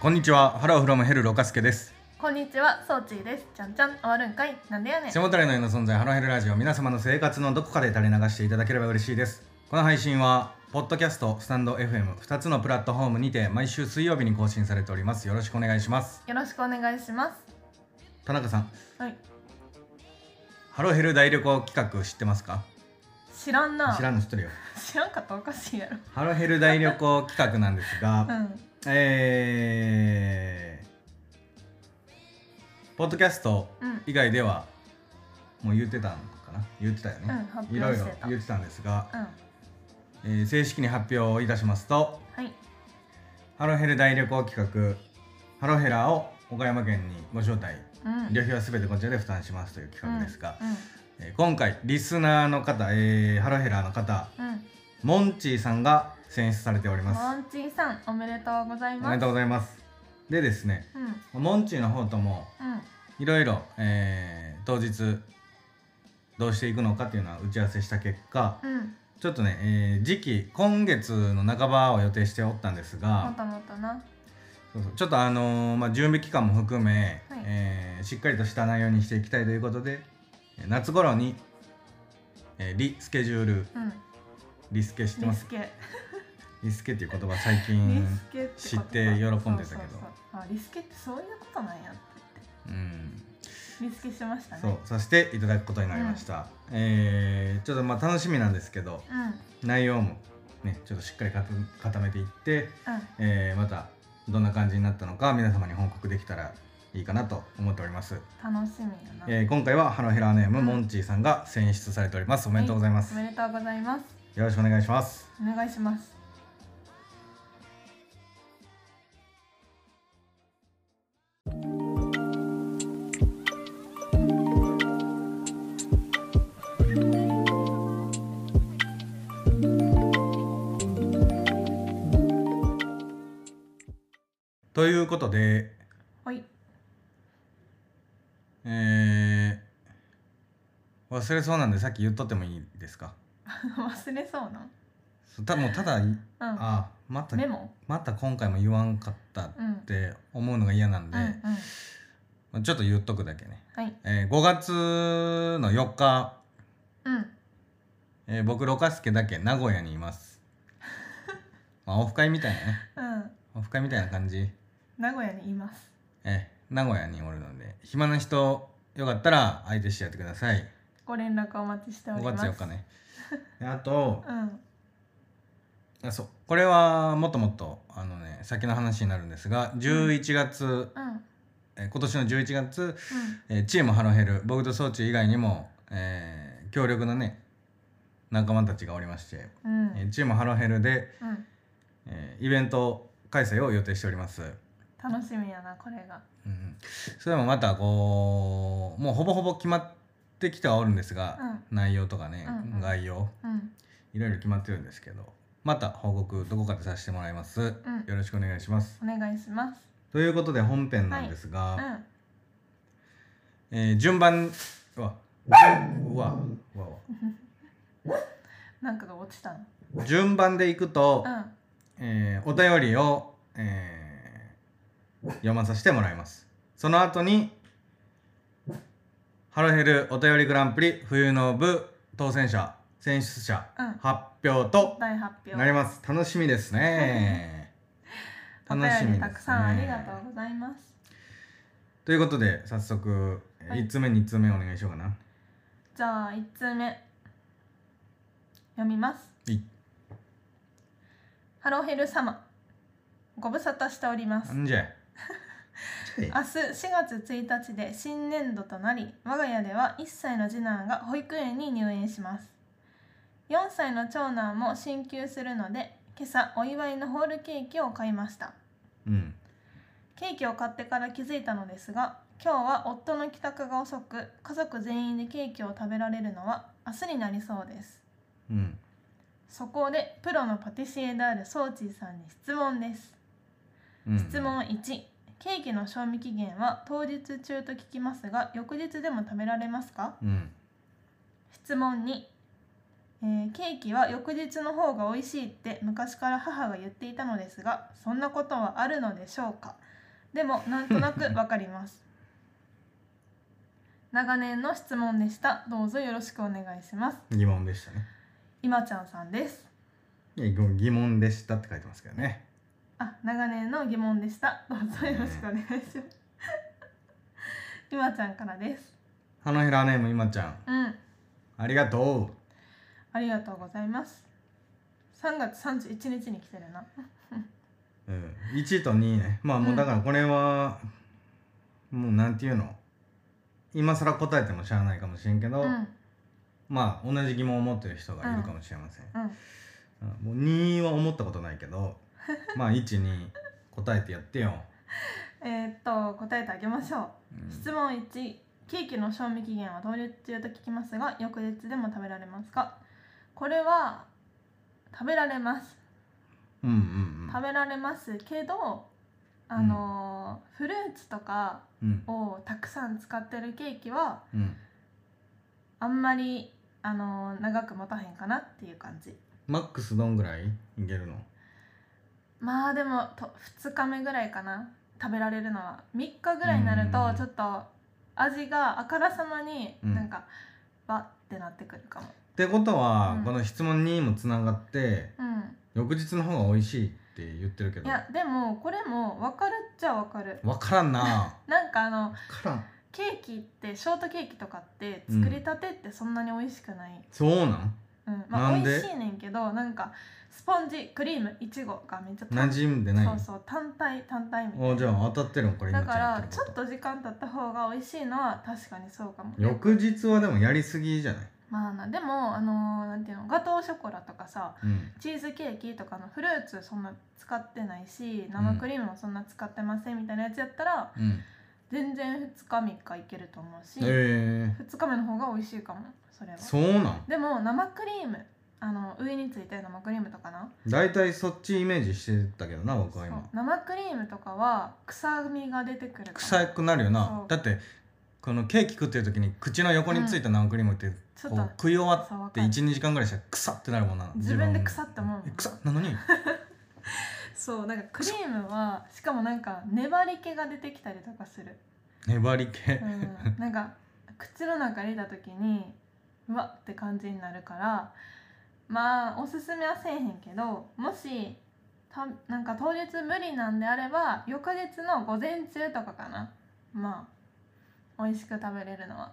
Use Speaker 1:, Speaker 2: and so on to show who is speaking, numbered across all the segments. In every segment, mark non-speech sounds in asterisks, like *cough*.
Speaker 1: こんにちは、ハローフロムヘルロカスケです。
Speaker 2: こんにちは、ソーチーです。ちゃんちゃん、終わるんかい、なんでやねん。
Speaker 1: 下谷の絵の存在、ハローヘルラジオ、皆様の生活のどこかで垂れ流していただければ嬉しいです。この配信は、ポッドキャスト、スタンド FM、2つのプラットフォームにて、毎週水曜日に更新されております。よろしくお願いします。
Speaker 2: よろしくお願いしま
Speaker 1: 田中さん、
Speaker 2: す。はい、
Speaker 1: ハローヘル大旅行企画知ってますか
Speaker 2: 知らんな。
Speaker 1: 知らんの知ってるよ。
Speaker 2: 知らんかったらおかしいやろ。
Speaker 1: ハローヘル大旅行企画なんですが、
Speaker 2: うん、
Speaker 1: えー、ポッドキャスト
Speaker 2: うん、
Speaker 1: 以外では、もう言ってたのかな言ってたよ
Speaker 2: うん、
Speaker 1: ね。
Speaker 2: 発
Speaker 1: いろ
Speaker 2: 表
Speaker 1: いろ
Speaker 2: してた。う
Speaker 1: 言
Speaker 2: ん
Speaker 1: っ、てたんですが、
Speaker 2: は
Speaker 1: えー正式に発表いたしますと
Speaker 2: い、
Speaker 1: ハロヘル大旅行企画ハロヘラを岡山県にご招待
Speaker 2: うん、
Speaker 1: 旅費は全てこちらで負担しますという企画ですが、
Speaker 2: う
Speaker 1: えー今回リスナーの方、えーハロヘラの方
Speaker 2: ん、うん、
Speaker 1: モンチーさんが選出されており
Speaker 2: モ
Speaker 1: ます
Speaker 2: ンチーさん、おめでとうござい
Speaker 1: おめ
Speaker 2: ま。
Speaker 1: ですとうございますでですね
Speaker 2: うん、うん、
Speaker 1: モンチーの方ともいろいろえー当日どうしていくのかっていうのは打ち合わせした結果
Speaker 2: うん、
Speaker 1: ちょっとね、えー時期今月の半ばを予定しておったんですが、
Speaker 2: もともとな。
Speaker 1: そうそうちょっとあのーまあ、準備期間も含め、
Speaker 2: はい
Speaker 1: えーしっかりとした内容にしていきたいということでえー夏頃に、えーリスケジュール
Speaker 2: うん、
Speaker 1: リスケ知ってま
Speaker 2: リ
Speaker 1: す
Speaker 2: スケ。
Speaker 1: リスケっていう言葉最
Speaker 2: リ
Speaker 1: 近
Speaker 2: スケって言葉
Speaker 1: 知って喜んでたけど
Speaker 2: そうそうそうあ、リスケってそういうことなんやって
Speaker 1: うん
Speaker 2: 言って。リスケしましたね。
Speaker 1: そうさせていただくことになりました、えーちょっとまあ楽しみなんですけど
Speaker 2: うん、うん、
Speaker 1: 内容もねちょっとしっかり固固めていって、えーまたどんな感じになったのか皆様に報告できたらいいかなと思っております
Speaker 2: 楽しみやな。
Speaker 1: えー今回はハロヘラーネーム、
Speaker 2: うん
Speaker 1: モンチーさんが選出されておりますおめでとうございます、
Speaker 2: おめでとうございます。
Speaker 1: よろしくお願いします
Speaker 2: お願いします。
Speaker 1: ということで
Speaker 2: はい。
Speaker 1: えー、忘れそうなんでさっき言っとってもいいですか
Speaker 2: *laughs* 忘れそうなん
Speaker 1: そうたもうただい、
Speaker 2: うん
Speaker 1: あまた
Speaker 2: メモ
Speaker 1: また今回も言わんかったっ
Speaker 2: うんうん
Speaker 1: て思うのが嫌なんで、
Speaker 2: うん
Speaker 1: まあちょっと言っとくだけね、
Speaker 2: はい
Speaker 1: えー5月の4日、
Speaker 2: うん
Speaker 1: えー僕ロカスケだけ名古屋にいます *laughs* まあオフ会みたいなね
Speaker 2: うん
Speaker 1: オフ会みたいな感じ
Speaker 2: 名古屋にいます
Speaker 1: ええ名古屋におるので暇な人よかったら相手してやってください
Speaker 2: ご連絡お待ちしてお
Speaker 1: 5
Speaker 2: りま
Speaker 1: 月
Speaker 2: す
Speaker 1: 4日
Speaker 2: *laughs*
Speaker 1: ねであと
Speaker 2: うん
Speaker 1: あそうこれはもっともっとあのね先の話になるんですが11月、
Speaker 2: うん
Speaker 1: え今年の11月、えチームハロヘル僕と装置以外にも、えー強力なね仲間たちがおりまして、
Speaker 2: うんうん
Speaker 1: えチームハロヘルで、
Speaker 2: うん
Speaker 1: えーイベント開催を予定しております、
Speaker 2: 楽しみやなこれが
Speaker 1: うん、それもまたこうもうほぼほぼ決まってきてはおるんですが、内容とかね、
Speaker 2: うんうん
Speaker 1: 概要
Speaker 2: うん
Speaker 1: いろいろ決まってるんですけどまた報告どこかでさせてもらいます、よ
Speaker 2: うん
Speaker 1: ろしくお願いします
Speaker 2: お願いします
Speaker 1: ということで本編なんですが、
Speaker 2: うん
Speaker 1: えー順番うわうわうわう
Speaker 2: なんかが落ちたの
Speaker 1: わ順番でいくと
Speaker 2: う、ん
Speaker 1: えーお便りを、えー読まさせてもらいますその後にハロヘルお便りグランプリ冬の部当選者選出者
Speaker 2: うん
Speaker 1: 発表と
Speaker 2: 大発表
Speaker 1: なります楽しみですね
Speaker 2: お
Speaker 1: 楽しみですね
Speaker 2: 便りたくさんありがとうございます
Speaker 1: ということで早速
Speaker 2: はい
Speaker 1: 1つ目2つ目お願いしようかな
Speaker 2: じゃあ一通目読みます
Speaker 1: い
Speaker 2: ハローヘル様ご無沙汰しております
Speaker 1: なんじゃい
Speaker 2: *laughs* 明日4月1日で新年度となり我が家では1歳の次男が保育園に入園します4歳の長男も進級するので今朝お祝いのホールケーキを買いました
Speaker 1: うん
Speaker 2: ケーキを買ってから気づいたのですが今日は夫の帰宅が遅く家族全員でケーキを食べられるのは明日になりそうです
Speaker 1: うん
Speaker 2: そこでプロのパティシエであるソーチーさんに質問です
Speaker 1: うん
Speaker 2: 質問1ケーキの賞味期限は当日中と聞きますが翌日でも食べられますか
Speaker 1: うん
Speaker 2: 質問2、えーケーキは翌日の方が美味しいって昔から母が言っていたのですがそんなことはあるのでしょうかでもなんとなくわかります長年の質問でしたどうぞよろしくお願いします
Speaker 1: 疑問でしたね
Speaker 2: 今ちゃんさんです
Speaker 1: いや疑問疑問でしたって書いてますけどね
Speaker 2: あ長年の疑問でしたどうぞよろしくお願いします今ちゃんからです
Speaker 1: 花ヘラネーム今ちゃん
Speaker 2: うん
Speaker 1: ありがと
Speaker 2: ありがとうございます3月31日に来てるな
Speaker 1: う、うん、1と2ねまあもうだからこれは、もうなんていうの今更答えてもしゃあないかもしれんけど、
Speaker 2: うん
Speaker 1: まあ同じ疑問を持ってる人がいるかもしれません、
Speaker 2: うん
Speaker 1: うんもう2は思ったことないけ
Speaker 2: *laughs*
Speaker 1: どまあ1に答えてやってよ、
Speaker 2: えーっと答えてあげましょう、
Speaker 1: うん
Speaker 2: 質問1ケーキの賞味期限は当日中と聞きますが翌日でも食べられますかこれは食べられます
Speaker 1: うんうん
Speaker 2: 食べられますけどあのーフルーツとか
Speaker 1: うんうん
Speaker 2: をたくさん使ってるケーキは
Speaker 1: うん
Speaker 2: あんまりあのー長く持たへんかなっていう感じ
Speaker 1: マックスどんぐらいいけるの
Speaker 2: まあでもと2日目ぐらいかな食べられるのは3日ぐらいになる
Speaker 1: うん
Speaker 2: とちょっと味があからさまに
Speaker 1: うん
Speaker 2: なんかバッてなってくるかも
Speaker 1: ってことは、
Speaker 2: うん
Speaker 1: この質問にもつながって
Speaker 2: うん
Speaker 1: 翌日の方が美味しいって言ってるけど
Speaker 2: いやでもこれも分かるっちゃ分かる
Speaker 1: 分からんな
Speaker 2: なんかあの
Speaker 1: 分からん
Speaker 2: ケーキってショートケーキとかって作りたてってそんなに美味しくない、
Speaker 1: そうなん
Speaker 2: うんまあ
Speaker 1: なん
Speaker 2: 美
Speaker 1: で
Speaker 2: 味しいねんけどなんかスポンジクリームいちごがめっちゃ単
Speaker 1: 馴染んでない
Speaker 2: そうそう単体単体みたいな
Speaker 1: あじゃあ当たってるのこれ
Speaker 2: だ
Speaker 1: 今
Speaker 2: か
Speaker 1: や
Speaker 2: ら
Speaker 1: て
Speaker 2: ち
Speaker 1: る
Speaker 2: ょっと時間経った方が美味しいのは確かにそうかも
Speaker 1: 翌日はでもやりすぎじゃない、
Speaker 2: まあなでもあのーなんていうのガトーショコラとかさ
Speaker 1: うん、
Speaker 2: チーズケーキとかのフルーツそんな使ってないし生クリームもそんな使ってませんみたいなやつやったら、
Speaker 1: うん
Speaker 2: 全然2日3日いけると思うし、
Speaker 1: え
Speaker 2: 2日目の方が美味しいかもそれは
Speaker 1: ー、そうなん
Speaker 2: でも生クリームあの上についてる生クリームとかな
Speaker 1: 大体そっちイメージしてたけどな僕は
Speaker 2: そう
Speaker 1: 今
Speaker 2: 生クリームとかは臭みが出てくるから
Speaker 1: 臭くなるよな
Speaker 2: そう
Speaker 1: だってこのケーキ食ってる時に口の横についた生クリームって、
Speaker 2: ちょっ
Speaker 1: ことう食い終わ
Speaker 2: そうわ
Speaker 1: って
Speaker 2: かる
Speaker 1: 12時間ぐらいしたら臭ってなるもんな
Speaker 2: 自分で臭って思うもん
Speaker 1: え臭っなのに
Speaker 2: *laughs* そうなんかクリームはしかもなんか粘り気が出てきたりとかする、
Speaker 1: 粘り気、
Speaker 2: うん、なんか口の中入れた時にうわって感じになるからまあおすすめはせえへんけどもしたなんか当日無理なんであれば翌日の午前中とかかなまあ美味しく食べれるのは、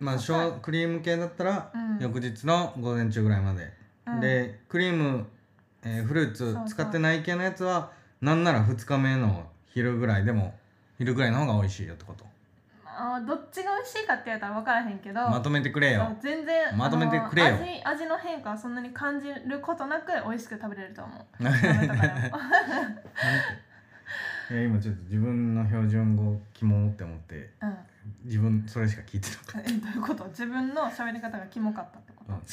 Speaker 1: まあショークリーム系だったら
Speaker 2: うん、
Speaker 1: 翌日の午前中ぐらいまで、
Speaker 2: うん
Speaker 1: でクリーム、えーフルー
Speaker 2: そう
Speaker 1: ツ
Speaker 2: そう
Speaker 1: 使ってない系のやつはなんなら2日目の昼ぐらいでも昼ぐらいの方が美味しいよってこと
Speaker 2: まあどっちが美味しいかって言ったら分からへんけど
Speaker 1: まとめてくれ
Speaker 2: そ
Speaker 1: よ
Speaker 2: う全然
Speaker 1: まとめてくれよ
Speaker 2: あの味味の変化はそんなに感じることなく美味しく食べれると思う
Speaker 1: *laughs*
Speaker 2: 食べたからも
Speaker 1: いや今ちょっと自分の標準語肝って思って
Speaker 2: うん
Speaker 1: 自分それしか聞いてなかっ
Speaker 2: えどういうこと自分の喋り方がキモかったってこ
Speaker 1: た、うん
Speaker 2: と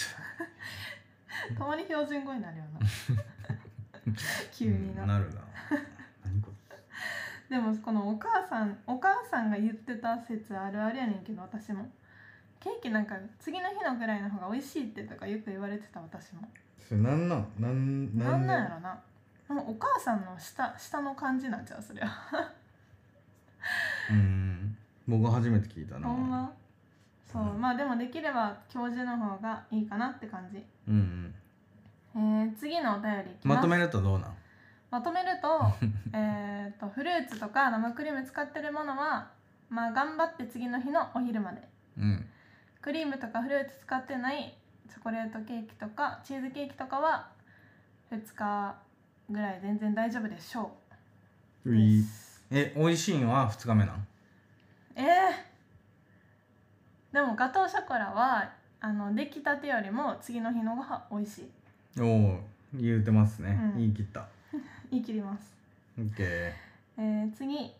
Speaker 2: たまに標準語になるよな *laughs* 急にな、
Speaker 1: うんなるな何これ
Speaker 2: でもこのお母さんお母さんが言ってた説あるあるやねんけど私もケーキなんか次の日のぐらいの方が美味しいってとかよく言われてた私も
Speaker 1: それなんなんなん
Speaker 2: なん
Speaker 1: で
Speaker 2: なんやろなもうお母さんの下下の感じなんちゃうそれは
Speaker 1: うん僕初めて聞いたな
Speaker 2: ほんまそう、
Speaker 1: うん
Speaker 2: まあでもできれば教授の方がいいかなって感じ、
Speaker 1: うんうん
Speaker 2: えー次のお便りいき
Speaker 1: ま
Speaker 2: ます
Speaker 1: とめるとどうなん
Speaker 2: まとめる *laughs* とえーとフルーツとか生クリーム使ってるものはまあ頑張って次の日のお昼まで
Speaker 1: うん
Speaker 2: クリームとかフルーツ使ってないチョコレートケーキとかチーズケーキとかは2日ぐらい全然大丈夫でしょうです
Speaker 1: え美味しいんは2日目なん
Speaker 2: えー、でもガトーショコラはあの出来たてよりも次の日のご飯美味しい
Speaker 1: おお言うてますね、
Speaker 2: うん
Speaker 1: 言い切った
Speaker 2: 言い切ります、
Speaker 1: オッケー
Speaker 2: えー、次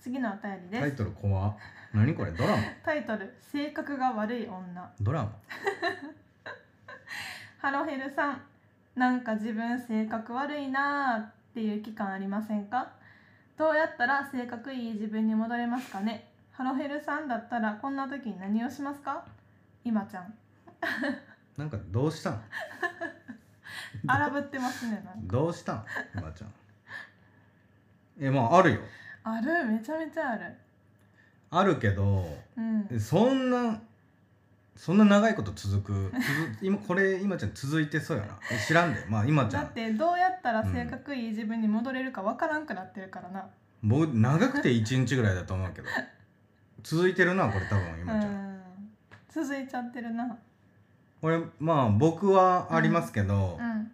Speaker 2: 次のお便りです、
Speaker 1: タイトル怖っ何これドラマ
Speaker 2: タイトル「性格が悪い女
Speaker 1: ドラマ」
Speaker 2: ハロヘルさんなんか自分性格悪いなーっっていう期間ありませんかどうやったら性格いい自分に戻れますかねハロヘルさんだったらこんな時に何をしますか今ちゃん
Speaker 1: なんかどうしたん
Speaker 2: 荒ぶってますねなんか
Speaker 1: どうしたん今ちゃんえまああるよ
Speaker 2: あるめちゃめちゃある
Speaker 1: あるけど
Speaker 2: うん
Speaker 1: そんなそんな長いこと続く続今これ今ちゃん続いてそうやなえ知らんでまあ今ちゃ
Speaker 2: だ
Speaker 1: ん
Speaker 2: ってどうやったら性格いい自分に戻れるかわからんくなってるからな
Speaker 1: 僕長くて1日ぐらいだと思うけど続いてるなこれ多分
Speaker 2: う
Speaker 1: 今ちゃん、
Speaker 2: ん続いちゃってるな
Speaker 1: これまあ僕はありますけど、
Speaker 2: うん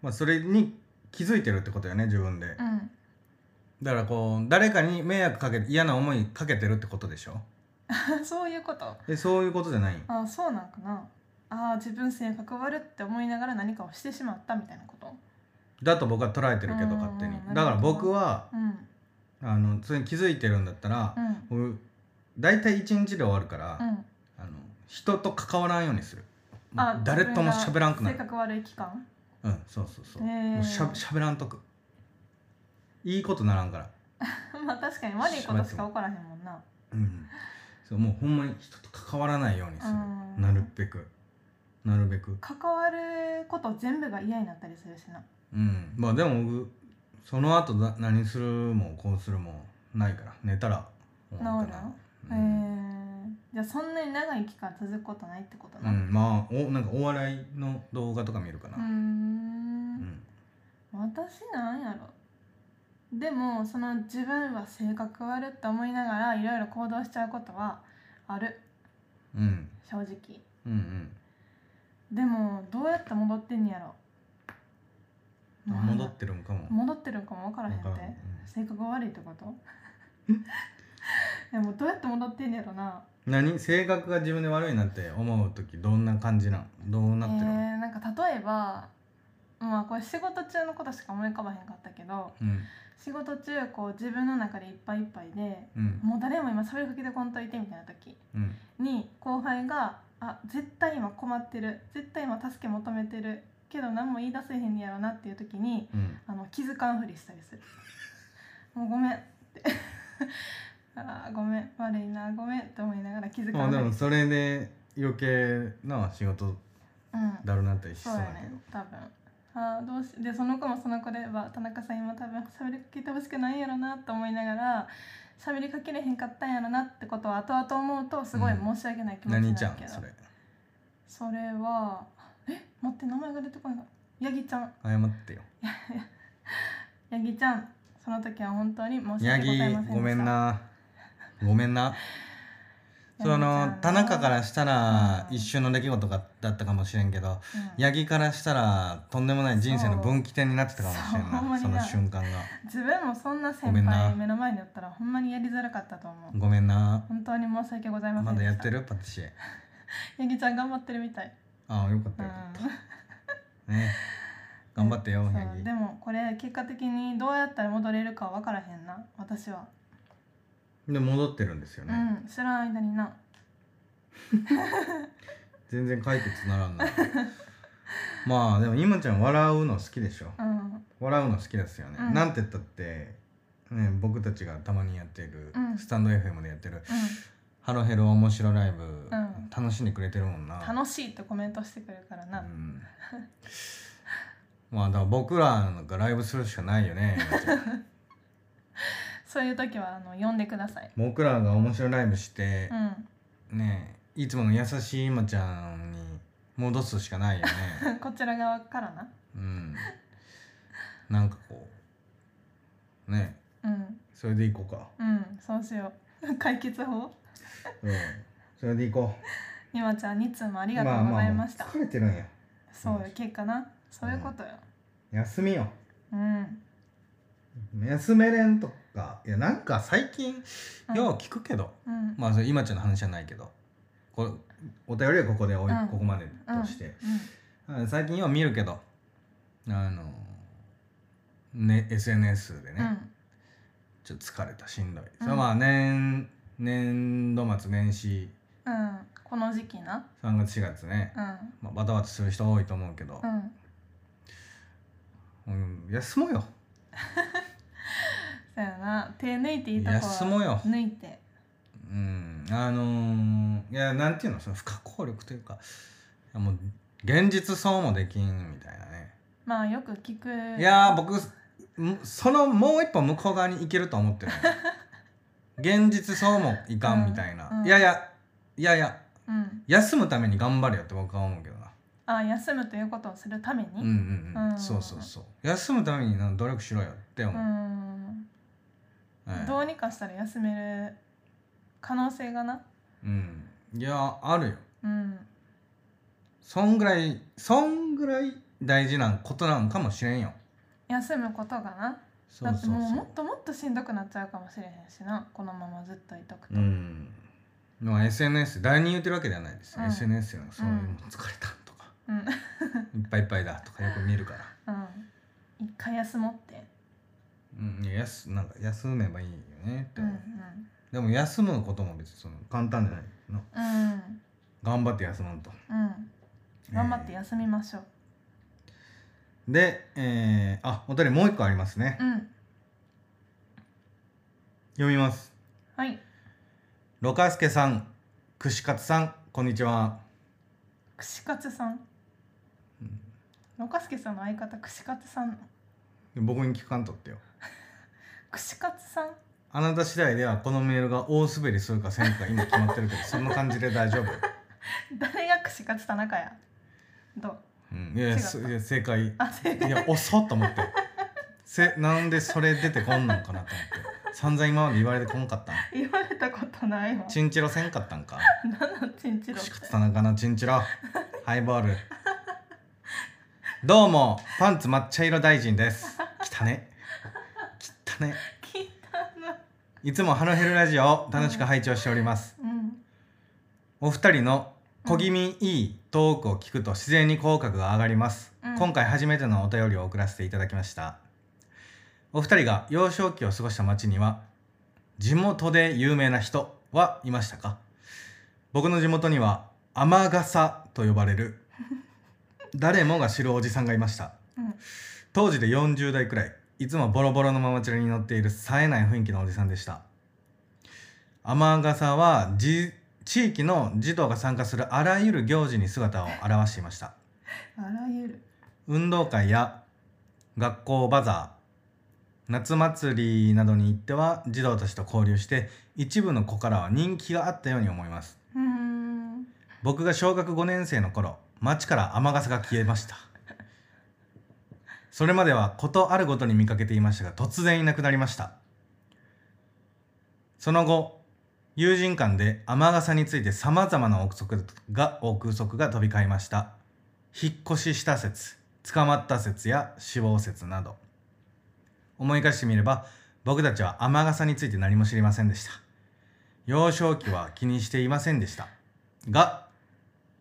Speaker 1: まあ、それに気づいてるってことよね自分で、
Speaker 2: うん
Speaker 1: だからこう誰かに迷惑かけて嫌な思いかけてるってことでしょ
Speaker 2: あ *laughs* そういうこと
Speaker 1: えそういうことじゃない
Speaker 2: あそうなんかなあー自分性格悪って思いながら何かをしてしまったみたいなこと
Speaker 1: だと僕は捉えてるけど
Speaker 2: うん
Speaker 1: 勝手に
Speaker 2: なるほど
Speaker 1: だから僕は
Speaker 2: うん
Speaker 1: あのそれに気づいてるんだったら
Speaker 2: う、ん
Speaker 1: 僕大体1日で終わるから、
Speaker 2: うん
Speaker 1: あの人と関わらんようにするもう
Speaker 2: あ
Speaker 1: 誰とも喋らんくな
Speaker 2: 自分が性
Speaker 1: る
Speaker 2: 格悪い期間 *laughs*
Speaker 1: うんそうそうそう
Speaker 2: へー
Speaker 1: もうしゃ喋らんとくいいことならんから
Speaker 2: まあ確かに悪いことしか起こらへんもんな
Speaker 1: うんそうもうほんまに人と関わらないようにす
Speaker 2: うん
Speaker 1: るなるべくなるべく
Speaker 2: 関わること全部が嫌になったりするしな
Speaker 1: うんまあでも僕その後だ何するもこうするもないから寝たら終わるか
Speaker 2: え
Speaker 1: なうん
Speaker 2: ーじゃあそんなに長い期間続くことないってこと
Speaker 1: う
Speaker 2: なうん
Speaker 1: まあおなんかお笑いの動画とか見るか
Speaker 2: ー
Speaker 1: な、うんん
Speaker 2: 私なんやろでもその自分は性格悪って思いながらいろいろ行動しちゃうことはある
Speaker 1: うん、
Speaker 2: 正直
Speaker 1: うんうん
Speaker 2: でもどうやって戻ってんやろ
Speaker 1: 戻ってるんかも
Speaker 2: 戻ってるんかも分からへんっ
Speaker 1: わ
Speaker 2: て
Speaker 1: からんうん
Speaker 2: 性格悪いってこと *laughs* でもどうやって戻ってんやろな
Speaker 1: 何性格が自分で悪いなって思う時どんな感じなんどう
Speaker 2: え
Speaker 1: なってるの、
Speaker 2: ー、なんか例えばまあこれ仕事中のことしか思い浮かばへんかったけど
Speaker 1: うん
Speaker 2: 仕事中こう自分の中でいっぱいいっぱいで
Speaker 1: うん
Speaker 2: もう誰も今喋りかけてこんといてみたいな時
Speaker 1: うん
Speaker 2: に後輩が「あ絶対今困ってる絶対今助け求めてるけど何も言い出せへんやろな」っていう時に
Speaker 1: うん
Speaker 2: あの気づかんふりしたりする *laughs* 「もうごめん」って *laughs* 「あーごめん悪いなごめん」って思いながら気づか
Speaker 1: ま
Speaker 2: ん
Speaker 1: あ
Speaker 2: ふ
Speaker 1: で
Speaker 2: り
Speaker 1: もそれで余計な仕事
Speaker 2: うん
Speaker 1: だるなったりしそ
Speaker 2: そう
Speaker 1: う
Speaker 2: や
Speaker 1: だけ
Speaker 2: ね
Speaker 1: ど
Speaker 2: 多分あーどうしでその子もその子では田中さん今多分喋りかけてほしくないやろなと思いながら喋りかけれへんかったんやろなってことを後々思うとすごい申し訳ない気持ちに
Speaker 1: 何ち
Speaker 2: な
Speaker 1: ゃ
Speaker 2: る
Speaker 1: ん
Speaker 2: けど、
Speaker 1: それ
Speaker 2: それはえ待って名前が出てこないヤギちゃん
Speaker 1: 謝ってよ
Speaker 2: ヤギちゃんその時は本当に申し訳ござ
Speaker 1: ヤ
Speaker 2: いません
Speaker 1: ギ
Speaker 2: でした
Speaker 1: ごめんなごめんな
Speaker 2: *laughs* ヤギちゃ
Speaker 1: そ
Speaker 2: ん
Speaker 1: の田中からしたら
Speaker 2: うん
Speaker 1: 一瞬の出来事がだったかもしれんけど
Speaker 2: うん
Speaker 1: ヤギからしたらとんでもない人生の分岐点になってたかもしれん
Speaker 2: そうほん
Speaker 1: な
Speaker 2: まに
Speaker 1: その
Speaker 2: な
Speaker 1: 瞬間が
Speaker 2: 自分もそんな先
Speaker 1: ごめんな
Speaker 2: 輩目の前にやったらほんまにやりづらかったと思う
Speaker 1: ごめんな
Speaker 2: 本当に申し訳ございませ
Speaker 1: ま
Speaker 2: んで
Speaker 1: だ
Speaker 2: した
Speaker 1: やってるパティシエ
Speaker 2: ヤギちゃん頑張ってるみたい
Speaker 1: ああよかったよかったね頑張ってよ、
Speaker 2: うん
Speaker 1: ヤ
Speaker 2: そう
Speaker 1: ギ
Speaker 2: でもこれ結果的にどうやったら戻れるか分からへんな私は、
Speaker 1: で戻ってるんですよね、
Speaker 2: うん知らん間にな
Speaker 1: 全然解決なら
Speaker 2: *laughs*
Speaker 1: んなまあでも今ちゃん笑うの好きでしょ
Speaker 2: うん
Speaker 1: 笑うの好きですよね、
Speaker 2: うん
Speaker 1: なんて言ったって、ね、僕たちがたまにやってる、
Speaker 2: うん
Speaker 1: スタンド FM でやってる「ハロヘロ面白ライブ、
Speaker 2: ん
Speaker 1: 楽しんでくれてるもん
Speaker 2: う、
Speaker 1: なん
Speaker 2: 楽しいってコメントしてくるからな、
Speaker 1: うん、 *laughs* まあだから僕らがライブするしかないよ
Speaker 2: *laughs*
Speaker 1: ね今ちゃん
Speaker 2: そういう時はあの呼んでください
Speaker 1: 僕らが面白ライブして
Speaker 2: う、ん
Speaker 1: ねいつもの優しい今ちゃんに戻すしかないよね
Speaker 2: *laughs* こちら側からな
Speaker 1: うんなんかこうね
Speaker 2: うん
Speaker 1: それでいこうか
Speaker 2: うんそうしよう *laughs* 解決法
Speaker 1: うんそれでいこ
Speaker 2: 今ちゃん2通もあ
Speaker 1: う
Speaker 2: りがとうございました、
Speaker 1: 疲れてるんや
Speaker 2: そういう結果なそういうことよ
Speaker 1: 休みよ
Speaker 2: うん、
Speaker 1: 休めれんとかいやなんか最近
Speaker 2: うん
Speaker 1: よう聞くけど、
Speaker 2: うん
Speaker 1: まあそれ今ちゃんの話じゃないけどこれお便りはここでおい、
Speaker 2: うん
Speaker 1: ここまで
Speaker 2: うん
Speaker 1: として、あ最近よう見るけどあのね SNS でね、
Speaker 2: うん、うん
Speaker 1: ちょっと疲れたしんどい、
Speaker 2: うん
Speaker 1: それはまあ年年度末年始
Speaker 2: うん、この時期な
Speaker 1: 3月4月ね、
Speaker 2: うん
Speaker 1: まあ、バタバタする人多いと思うけど、
Speaker 2: うん
Speaker 1: うん、休もうよ
Speaker 2: そうやな手抜いていいとこは
Speaker 1: 休もうよ
Speaker 2: 抜いて
Speaker 1: うんあのーいやなんていうのその不可抗力というかいやもう現実そうもできんみたいなね
Speaker 2: まあよく聞く
Speaker 1: いやー僕んそのもう一歩向こう側に行けると思
Speaker 2: *laughs*
Speaker 1: ってる現実そうもいかんみたいな、
Speaker 2: うんうん
Speaker 1: いやいやいやいや
Speaker 2: うん
Speaker 1: 休むために頑張れよって僕は思うけどな
Speaker 2: あ休むということをするために
Speaker 1: うんうんう
Speaker 2: うん
Speaker 1: んそうそうそう休むためにな努力しろよって思
Speaker 2: う
Speaker 1: う、
Speaker 2: ん
Speaker 1: はい
Speaker 2: どうにかしたら休める可能性がな
Speaker 1: うん、いやあるよ
Speaker 2: うん
Speaker 1: そんぐらいそんぐらい大事なことなんかもしれんよ
Speaker 2: 休むことがな
Speaker 1: そ
Speaker 2: だ
Speaker 1: う
Speaker 2: って
Speaker 1: そう
Speaker 2: もうも
Speaker 1: そ
Speaker 2: っともっとしんどくなっちゃうかもしれへんしなこのままずっといとくと、
Speaker 1: ううんまあ SNS 誰に言ってるわけではないです、
Speaker 2: うん
Speaker 1: SNS のそういう、
Speaker 2: うん
Speaker 1: もう疲れたとか
Speaker 2: うん
Speaker 1: いっぱいいっぱいだとかよく見るから
Speaker 2: うん、一回休もうって
Speaker 1: うんいややすなんか休めばいいよねって
Speaker 2: うんう
Speaker 1: 思う、
Speaker 2: ん
Speaker 1: でも休むことも別にその簡単じゃないの
Speaker 2: うん
Speaker 1: 頑張って休むと
Speaker 2: うん頑張って
Speaker 1: え
Speaker 2: 休みましょう、
Speaker 1: ーで、えー、あお便りもう一個ありますね、
Speaker 2: うん
Speaker 1: 読みます
Speaker 2: はい
Speaker 1: ろかすけさん串カツさんこんにちは
Speaker 2: 串カツさん
Speaker 1: うん
Speaker 2: ろかすけさんの相方串カツさん
Speaker 1: 僕に聞かんとってよ
Speaker 2: 串カツさん
Speaker 1: あなた次第ではこのメールが大滑りするかせんか今決まってるけどそんな感じで大丈夫、
Speaker 2: 誰が串カツ田中やどう
Speaker 1: うん、いやいや
Speaker 2: 違った
Speaker 1: すいや正解い
Speaker 2: あせ
Speaker 1: や遅っと思ってせなんでそれ出てこんのかなと思って散々今まで言われてこんかったん
Speaker 2: *laughs* 言われたことないわ
Speaker 1: チンチロせんかったんか
Speaker 2: 何のチンチロっ
Speaker 1: 串
Speaker 2: て
Speaker 1: カツ田中のチンチロハイボールどうもパンツ抹茶色大臣です汚ね汚ね
Speaker 2: 聞いたない
Speaker 1: つもハロヘルラジオを楽しく拝聴しております
Speaker 2: うん
Speaker 1: お二人の小気味いいトークを聞くと自然に口角が上がります、
Speaker 2: うん
Speaker 1: 今回初めてのお便りを送らせていただきましたお二人が幼少期を過ごした町には地元で有名な人はいましたか僕の地元には雨傘と呼ばれ
Speaker 2: *laughs*
Speaker 1: る誰もが知るおじさんがいました
Speaker 2: うん
Speaker 1: 当時で40代くらいいつもボロボロのママチャリに乗っている冴えない雰囲気のおじさんでした雨傘はじ地域の児童が参加するあらゆる行事に姿を現していました
Speaker 2: あらゆる
Speaker 1: 運動会や学校バザー夏祭りなどに行っては児童たちと交流して一部の子からは人気があったように思います
Speaker 2: うーん
Speaker 1: 僕が小学5年生の頃町から雨傘が消えましたそれまではことあるごとに見かけていましたが突然いなくなりましたその後友人間で雨傘についてさまざまな憶測が憶測が飛び交いました引っ越しした説捕まった説や死亡説など思い返してみれば僕たちは雨傘について何も知りませんでした幼少期は気にしていませんでしたが、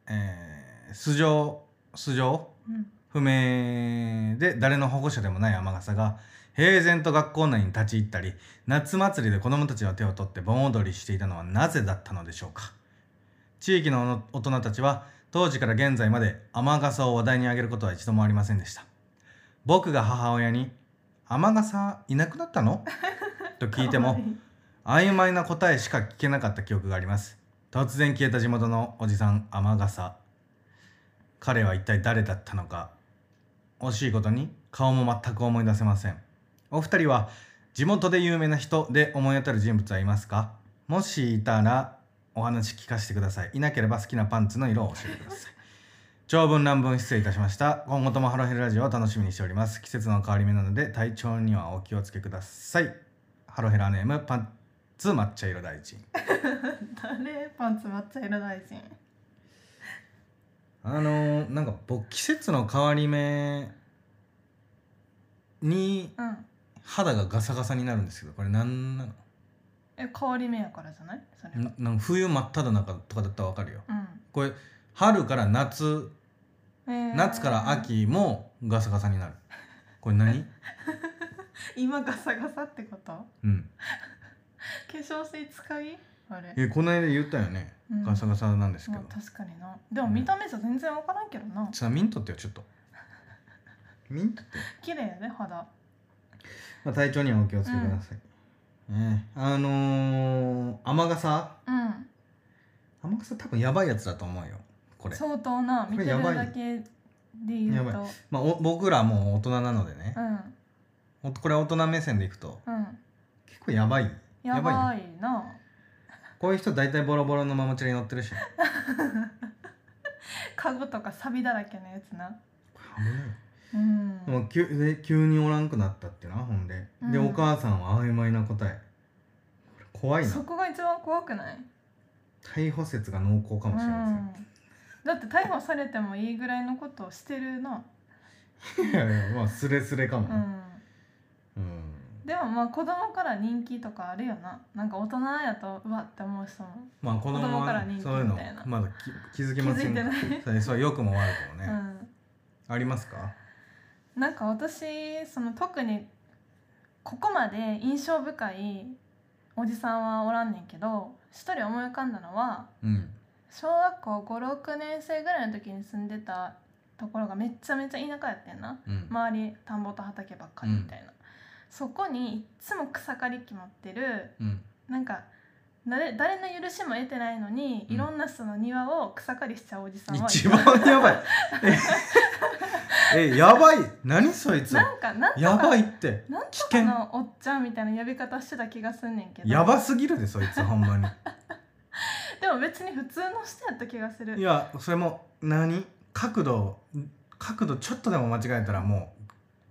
Speaker 1: えー素性素性
Speaker 2: うん
Speaker 1: 不明で誰の保護者でもない天笠が平然と学校内に立ち入ったり夏祭りで子どもたちの手を取って盆踊りしていたのはなぜだったのでしょうか地域の大人たちは当時から現在まで雨傘を話題に上げることは一度もありませんでした僕が母親に「雨傘いなくなったの?」と聞いて
Speaker 2: かわ
Speaker 1: も
Speaker 2: いい
Speaker 1: 曖昧な答えしか聞けなかった記憶があります突然消えた地元のおじさん雨傘彼は一体誰だったのか惜しいことに顔も全く思い出せませんお二人は地元で有名な人で思い当たる人物はいますかもしいたらお話聞かせてくださいいなければ好きなパンツの色を教えてください長文乱文失礼いたしました今後ともハロヘルラジオを楽しみにしております季節の変わり目なので体調にはお気をつけくださいハロヘラネームパンツ抹茶色大臣
Speaker 2: 誰パンツ抹茶色大臣
Speaker 1: あのー、なんか僕季節の変わり目に
Speaker 2: うん
Speaker 1: 肌がガサガサになるんですけどこれなんなの
Speaker 2: え変わり目やからじゃないそれは
Speaker 1: ななんか冬真っ只中とかだったらわかるよ
Speaker 2: うん
Speaker 1: これ春から夏
Speaker 2: えー
Speaker 1: 夏から秋もガサガサになるこれ何
Speaker 2: 今ガサガサってこと化
Speaker 1: うん
Speaker 2: 粧水使いあれ
Speaker 1: えこの間言ったよね、
Speaker 2: うん
Speaker 1: ガサガサなんですけ
Speaker 2: ま
Speaker 1: ど
Speaker 2: あ確かになでも見た目じゃ全然わからんけどな、
Speaker 1: さあミントってよちょっとミントって、
Speaker 2: 綺麗やで肌
Speaker 1: まあ、体調にはお気をつけください、ねあのー、雨傘
Speaker 2: うん
Speaker 1: 雨傘多分やばいやつだと思うよこれ、
Speaker 2: 相当な見てる
Speaker 1: これやばい
Speaker 2: だけで言う
Speaker 1: や
Speaker 2: と
Speaker 1: まあ、お僕らもう大人なのでね
Speaker 2: う、ん
Speaker 1: おこれは大人目線でいくと
Speaker 2: うん
Speaker 1: 結構やばい
Speaker 2: や
Speaker 1: やばいね
Speaker 2: ばいな
Speaker 1: こういう人大体ボロボロのママチャリ乗ってるし
Speaker 2: カゴとかサビだらけのやつな
Speaker 1: 危ないよ
Speaker 2: うん
Speaker 1: もう急で急におらんくなったってなほんで、で
Speaker 2: うん
Speaker 1: お母さんは曖昧な答え怖い
Speaker 2: そ
Speaker 1: な
Speaker 2: こが一番怖くない
Speaker 1: 逮捕説が濃厚かもしれません、
Speaker 2: うん、だって逮捕されてもいいぐらいのことをしてるな、
Speaker 1: いやいやまあスレスレかも
Speaker 2: う
Speaker 1: な、
Speaker 2: ん、
Speaker 1: うん
Speaker 2: でもまあ子供から人気とかあるよななんか大人やとうわって思う人も
Speaker 1: まあ子
Speaker 2: 子
Speaker 1: 供
Speaker 2: 供か
Speaker 1: は
Speaker 2: ら人気
Speaker 1: そういうの
Speaker 2: みたいな
Speaker 1: まだ気気づき
Speaker 2: 気
Speaker 1: ま
Speaker 2: づ
Speaker 1: せ
Speaker 2: い
Speaker 1: ん
Speaker 2: て
Speaker 1: か
Speaker 2: ない、
Speaker 1: そうそう良くも悪くも
Speaker 2: う
Speaker 1: ね、
Speaker 2: ん
Speaker 1: ありますか
Speaker 2: なんか私その特にここまで印象深いおじさんはおらんねんけど一人思い浮かんだのは
Speaker 1: うん
Speaker 2: 小学校56年生ぐらいの時に住んでたところがめっちゃめちゃ田舎やってんな
Speaker 1: うん、
Speaker 2: 周り田んぼと畑ばっかりみたいな、そこにいっつも草刈り機持ってる
Speaker 1: うん
Speaker 2: なんか誰誰の許しも得てないのに、
Speaker 1: うん
Speaker 2: いろんな人の庭を草刈りしちゃうおじさんはい
Speaker 1: 一
Speaker 2: た
Speaker 1: 番やばいええやばい何そいつ
Speaker 2: なんかなんとか
Speaker 1: やばいって
Speaker 2: なん
Speaker 1: 危
Speaker 2: と
Speaker 1: 険
Speaker 2: かのおっちゃんみたいな呼び方してた気がすんねんけど
Speaker 1: やばすぎるでそいつほんまに
Speaker 2: でも別に普通の人やった気がする
Speaker 1: いやそれも何角度角度ちょっとでも間違えたらも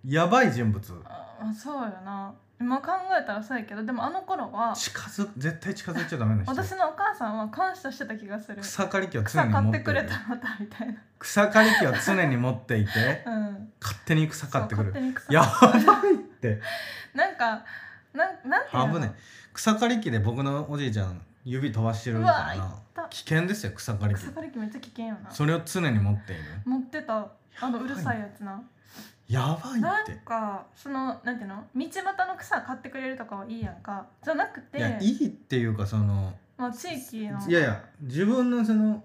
Speaker 1: うやばい人物
Speaker 2: あまあそうよな今考えたらそうやけどでもあの頃は
Speaker 1: 近づ絶対近づいちゃダメな人
Speaker 2: 私のお母さんは感謝してた気がする草
Speaker 1: 草刈り機を常に
Speaker 2: 買
Speaker 1: 持っ
Speaker 2: っ
Speaker 1: てて
Speaker 2: く
Speaker 1: い
Speaker 2: れ
Speaker 1: る
Speaker 2: たまたみたいな
Speaker 1: 草刈り機を常に持っていて
Speaker 2: うん
Speaker 1: 勝手に草刈ってく
Speaker 2: そう勝
Speaker 1: る
Speaker 2: 手に草
Speaker 1: やばいって
Speaker 2: なんかなんなんていうの
Speaker 1: 危ない草刈り機で僕のおじいちゃん指飛ばしてる
Speaker 2: う
Speaker 1: み
Speaker 2: わ
Speaker 1: た
Speaker 2: ー
Speaker 1: い
Speaker 2: いっ
Speaker 1: な
Speaker 2: た
Speaker 1: 危険ですよ草刈り機
Speaker 2: 草刈り機めっちゃ危険よな
Speaker 1: それを常に持っている
Speaker 2: 持ってたあのうるさいやつな
Speaker 1: やばい
Speaker 2: なん
Speaker 1: って
Speaker 2: かそのなんていうの道端の草買ってくれるとかはいいやんかじゃなくて
Speaker 1: いやいいっていうかその
Speaker 2: まあ、地域の
Speaker 1: いやいや自分のその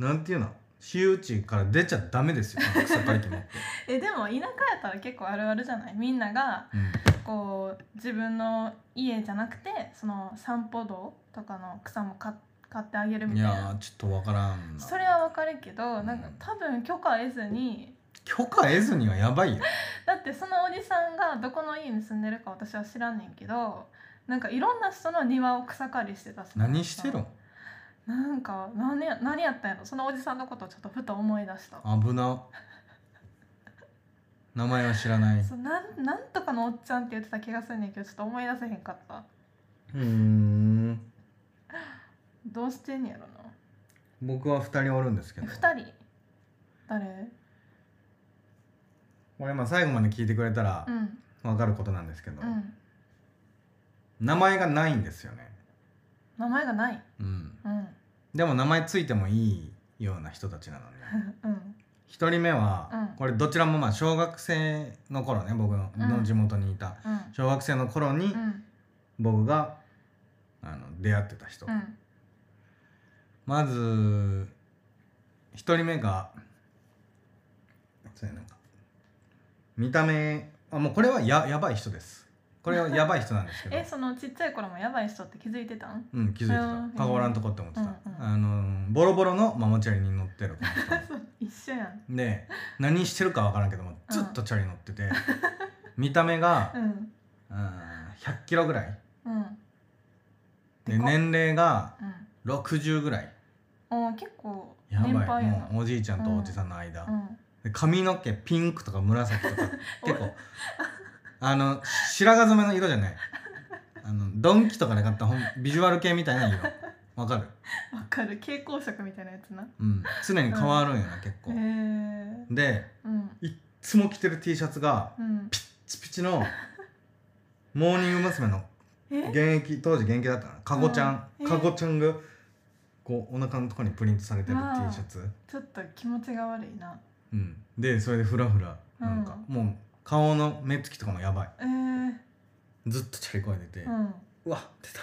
Speaker 1: なんていうの私有地から出ちゃダメ
Speaker 2: *laughs*
Speaker 1: ですよ草刈り機持って、
Speaker 2: えでも田舎やったら結構あるあるじゃないみんなが
Speaker 1: うん
Speaker 2: こう自分の家じゃなくてその散歩道とかの草も買買ってあげるみ
Speaker 1: い
Speaker 2: たい
Speaker 1: や
Speaker 2: な
Speaker 1: ーちょっとわからんな
Speaker 2: それはわかるけど
Speaker 1: うん
Speaker 2: なんか多分許可得ずに
Speaker 1: 許可得ずにはやばいよ
Speaker 2: だってそのおじさんがどこの家に住んでるか私は知らんねんけどなんかいろんな人の庭を草刈りしてた
Speaker 1: 何してる
Speaker 2: の
Speaker 1: ん
Speaker 2: なんか何や何やったんやろそのおじさんのことをちょっとふと思い出した
Speaker 1: 危な名前は知らない
Speaker 2: そうなんなんとかのおっちゃんって言ってた気がするねんけどちょっと思い出せへんかった
Speaker 1: うーん
Speaker 2: どうしてんやろ
Speaker 1: 僕は2人おるんですけど
Speaker 2: な2人誰
Speaker 1: これまあ最後まで聞いてくれたら
Speaker 2: うん
Speaker 1: わかることなんですけど、
Speaker 2: うん
Speaker 1: 名前がないんですよね、
Speaker 2: 名前がない
Speaker 1: うん、
Speaker 2: うん
Speaker 1: でも名前ついてもいいような人たちなので
Speaker 2: うん
Speaker 1: 1人目は、
Speaker 2: うん
Speaker 1: これどちらもまあ小学生の頃ね僕の,、
Speaker 2: うん
Speaker 1: 地元にいた
Speaker 2: うん
Speaker 1: 小学生の頃に
Speaker 2: うん
Speaker 1: 僕が、あの出会ってた人、
Speaker 2: うん
Speaker 1: まず1人目がそうやなんか見た目あもうこれはややばい人ですこ
Speaker 2: *laughs*
Speaker 1: れはやばい人なんですけど
Speaker 2: えそのちっちゃい頃もやばい人って気づいてたん
Speaker 1: うん気づいて
Speaker 2: うん
Speaker 1: た関わらんとこって思ってた、
Speaker 2: うんうん
Speaker 1: あのボロボロのママチャリに乗ってるこの人
Speaker 2: そう一緒やん
Speaker 1: で何してるかわからんけどもずっとチャリ乗ってて、見た目が
Speaker 2: う、ん
Speaker 1: うん、100キロぐらい
Speaker 2: うん
Speaker 1: で
Speaker 2: でか
Speaker 1: 年齢が
Speaker 2: うん
Speaker 1: 60ぐらい
Speaker 2: おー結構
Speaker 1: やばい
Speaker 2: 年配やな
Speaker 1: もうおじいちゃんとおじさんの間、
Speaker 2: うん
Speaker 1: で髪の毛ピンクとか紫とか
Speaker 2: *laughs* お
Speaker 1: 結構あの白髪染めの色じゃないあのドンキとかで買ったほんビジュアル系みたいな色わかる、
Speaker 2: わかる蛍光色みたいなやつな
Speaker 1: うん、常に変わるんよな、結
Speaker 2: へ
Speaker 1: 構
Speaker 2: えー、
Speaker 1: で
Speaker 2: うん
Speaker 1: いっつも着てる T シャツが
Speaker 2: うん
Speaker 1: ピチピチのモーニング娘。の
Speaker 2: え
Speaker 1: 現役当時現役だったのかごちゃん、
Speaker 2: うんえ
Speaker 1: かごちゃんがこうお腹のとこにプリントされてる
Speaker 2: うわ
Speaker 1: T シャツ、
Speaker 2: ちょっと気持ちが悪いな
Speaker 1: うん、でそれでフラフラなんか、もう顔の目つきとかもやばい
Speaker 2: えー、
Speaker 1: ずっとチャリこいでて、
Speaker 2: うん
Speaker 1: うわ出た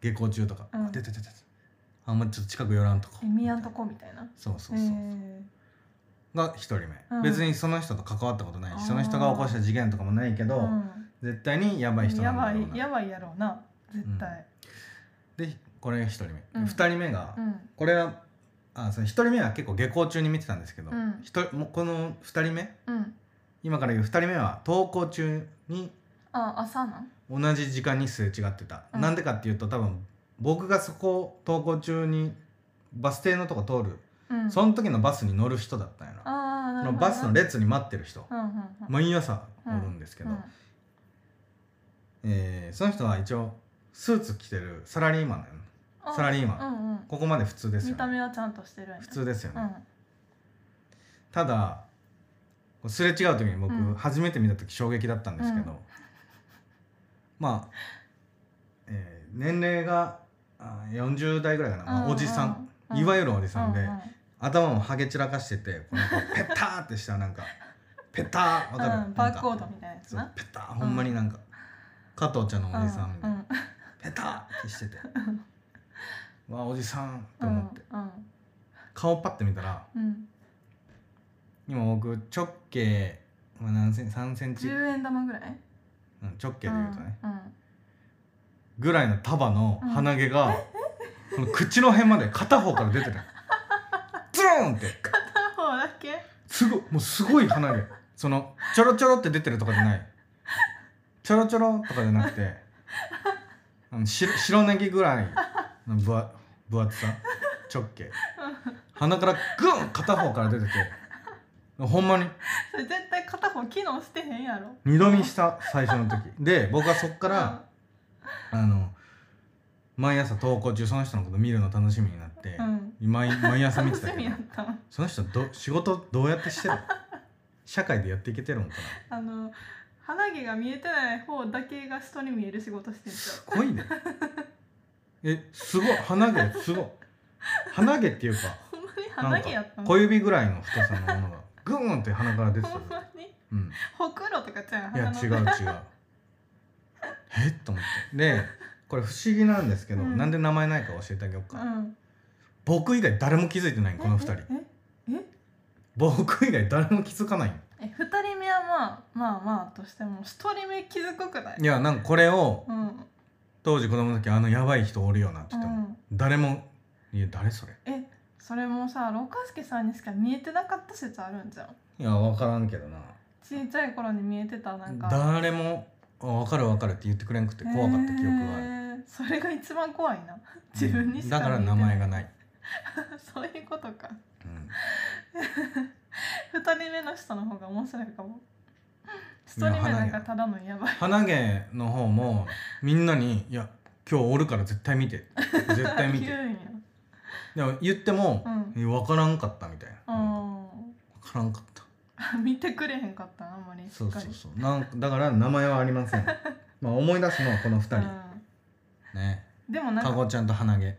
Speaker 1: 下校中とか、
Speaker 2: うん
Speaker 1: 出た出た出たあんまちょっと近く寄らんとこ
Speaker 2: え見やんとこみたいな
Speaker 1: そうそう
Speaker 2: え
Speaker 1: そう、
Speaker 2: え
Speaker 1: が1人目、
Speaker 2: うん
Speaker 1: 別にその人と関わったことない
Speaker 2: あー
Speaker 1: しその人が起こした事件とかもないけど、
Speaker 2: うん
Speaker 1: 絶対にやばい人な
Speaker 2: や
Speaker 1: んだ
Speaker 2: ば
Speaker 1: ろ
Speaker 2: いう
Speaker 1: な
Speaker 2: やばいやろうな絶対
Speaker 1: でこれが1人目、
Speaker 2: うん
Speaker 1: 2人目が、
Speaker 2: うん
Speaker 1: これはあその1人目は結構下校中に見てたんですけど、
Speaker 2: うん
Speaker 1: 一人もうこの2人目
Speaker 2: うん
Speaker 1: 今から言う2人目は登校中に
Speaker 2: あ朝なん
Speaker 1: 同じ時間にすれ違ってた、
Speaker 2: うん
Speaker 1: なんでかっていうと多分僕がそこ登校中にバス停のとこ通る、
Speaker 2: うん
Speaker 1: その時のバスに乗る人だったんやな
Speaker 2: あーな
Speaker 1: その
Speaker 2: るほど
Speaker 1: バスの列に待ってる人、
Speaker 2: うんうんうん
Speaker 1: 毎朝乗るんですけど、
Speaker 2: うん
Speaker 1: えーその人は一応スーツ着てるサラリーマンだよね
Speaker 2: あ
Speaker 1: サラリーマン
Speaker 2: うんうん
Speaker 1: ここまで普通です
Speaker 2: 見
Speaker 1: よ
Speaker 2: た
Speaker 1: ね
Speaker 2: 目はちゃんとしてるんや
Speaker 1: 普通ですよ
Speaker 2: う
Speaker 1: ね、
Speaker 2: ん
Speaker 1: ただこうすれ違う時に僕、
Speaker 2: うん
Speaker 1: 初めて見た時衝撃だったんですけど、
Speaker 2: うん
Speaker 1: *laughs* まあ、えー年齢があー40代ぐらいかな、まあ
Speaker 2: うんうん
Speaker 1: おじさん、
Speaker 2: うん
Speaker 1: いわゆるおじさんで、
Speaker 2: うんうん
Speaker 1: 頭もハゲ散らかしててこの
Speaker 2: *laughs*
Speaker 1: 子ペターってしたなんかペターわかる、
Speaker 2: うん
Speaker 1: な
Speaker 2: バ
Speaker 1: ん
Speaker 2: ー
Speaker 1: か
Speaker 2: コードみたいなやつ
Speaker 1: そう
Speaker 2: な
Speaker 1: ペターほんまになんか、加藤茶のおじさんみたいな、
Speaker 2: うん
Speaker 1: ペターってして
Speaker 2: *laughs*
Speaker 1: て
Speaker 2: ん
Speaker 1: わあおじさんと
Speaker 2: うん
Speaker 1: 思って、
Speaker 2: うん
Speaker 1: 顔パッて見たら
Speaker 2: うん
Speaker 1: 今僕直径、まあ、何セン3センチ、うん、
Speaker 2: 10円玉ぐらい
Speaker 1: 直径で言うとね、
Speaker 2: うんうん
Speaker 1: ぐらいの束の鼻毛が、この口の辺まで片方から出てるズローンって
Speaker 2: 片方だけ
Speaker 1: すごいもうすごい鼻毛そのちょろちょろって出てるとかじゃないちょろちょろとかじゃなくてあの白白ネギぐらいの分厚分厚さ直径鼻からグン片方から出ててほんまに
Speaker 2: それ絶対片方機能してへんやろ
Speaker 1: 二度見した最初の時で僕はそっから、あの毎朝登校中その人のこと見るの楽しみになって
Speaker 2: う、ん
Speaker 1: 毎毎朝見
Speaker 2: 楽
Speaker 1: て
Speaker 2: し
Speaker 1: け
Speaker 2: たみ
Speaker 1: ど
Speaker 2: やったの
Speaker 1: その人ど仕事どうやってしてる社会でやっていけてるのかな
Speaker 2: あの鼻毛が見えてない方だけが人に見える仕事してんじ
Speaker 1: すごいねえすごい鼻毛すごい鼻毛っていうか *laughs*
Speaker 2: ゃんほん
Speaker 1: な
Speaker 2: まに鼻
Speaker 1: ん
Speaker 2: 毛やった
Speaker 1: か
Speaker 2: の
Speaker 1: 小指ぐらいの太さのものがグーンって鼻から出てた
Speaker 2: ほ
Speaker 1: よ
Speaker 2: んまに
Speaker 1: うん
Speaker 2: ほくろとかちゃう
Speaker 1: いや違う違
Speaker 2: う
Speaker 1: うえっと思ってでこれ不思議なんですけど、
Speaker 2: うん
Speaker 1: なんで名前ないか教えてあげよう
Speaker 2: う
Speaker 1: か、
Speaker 2: ん
Speaker 1: 僕以外誰も気づいてないこの2人
Speaker 2: えええ
Speaker 1: 僕以外誰も気づかない
Speaker 2: え二人目はまあまあまあとしても一人目気づくくない
Speaker 1: いやなんかこれを
Speaker 2: うん
Speaker 1: 当時子供の時あのやばい人おるよなって言
Speaker 2: う
Speaker 1: っても、
Speaker 2: ん
Speaker 1: 誰も「いや誰それ?」
Speaker 2: えそれもさろかすけさんにしか見えてなかった説あるんじゃん
Speaker 1: いや分からんけどな
Speaker 2: ちっちゃい頃に見えてたなんか
Speaker 1: 誰も「あ分かる分かる」って言ってくれんくて怖かった記憶がある、
Speaker 2: へーそれが一番怖いな *laughs* 自分にしか
Speaker 1: だから
Speaker 2: 見えて
Speaker 1: 名前がない
Speaker 2: そういうことか
Speaker 1: うん
Speaker 2: 二人目の人の方が面白いかも一人目なんかただのやばい
Speaker 1: 鼻毛の方もみんなに「いや今日おるから絶対
Speaker 2: *laughs*
Speaker 1: 見て」絶対見
Speaker 2: 言
Speaker 1: て
Speaker 2: うんや
Speaker 1: でも言っても
Speaker 2: う、ん
Speaker 1: いや分からんかったみたいな、分からんかった
Speaker 2: うん *laughs* 見てくれへんかったなあんまりし
Speaker 1: そう
Speaker 2: っか
Speaker 1: そう
Speaker 2: り
Speaker 1: そうなんだから名前はありま
Speaker 2: *laughs*
Speaker 1: せんまあ思い出すのはこの2人、ね
Speaker 2: うんでもなん
Speaker 1: か
Speaker 2: か
Speaker 1: ごちゃんと鼻毛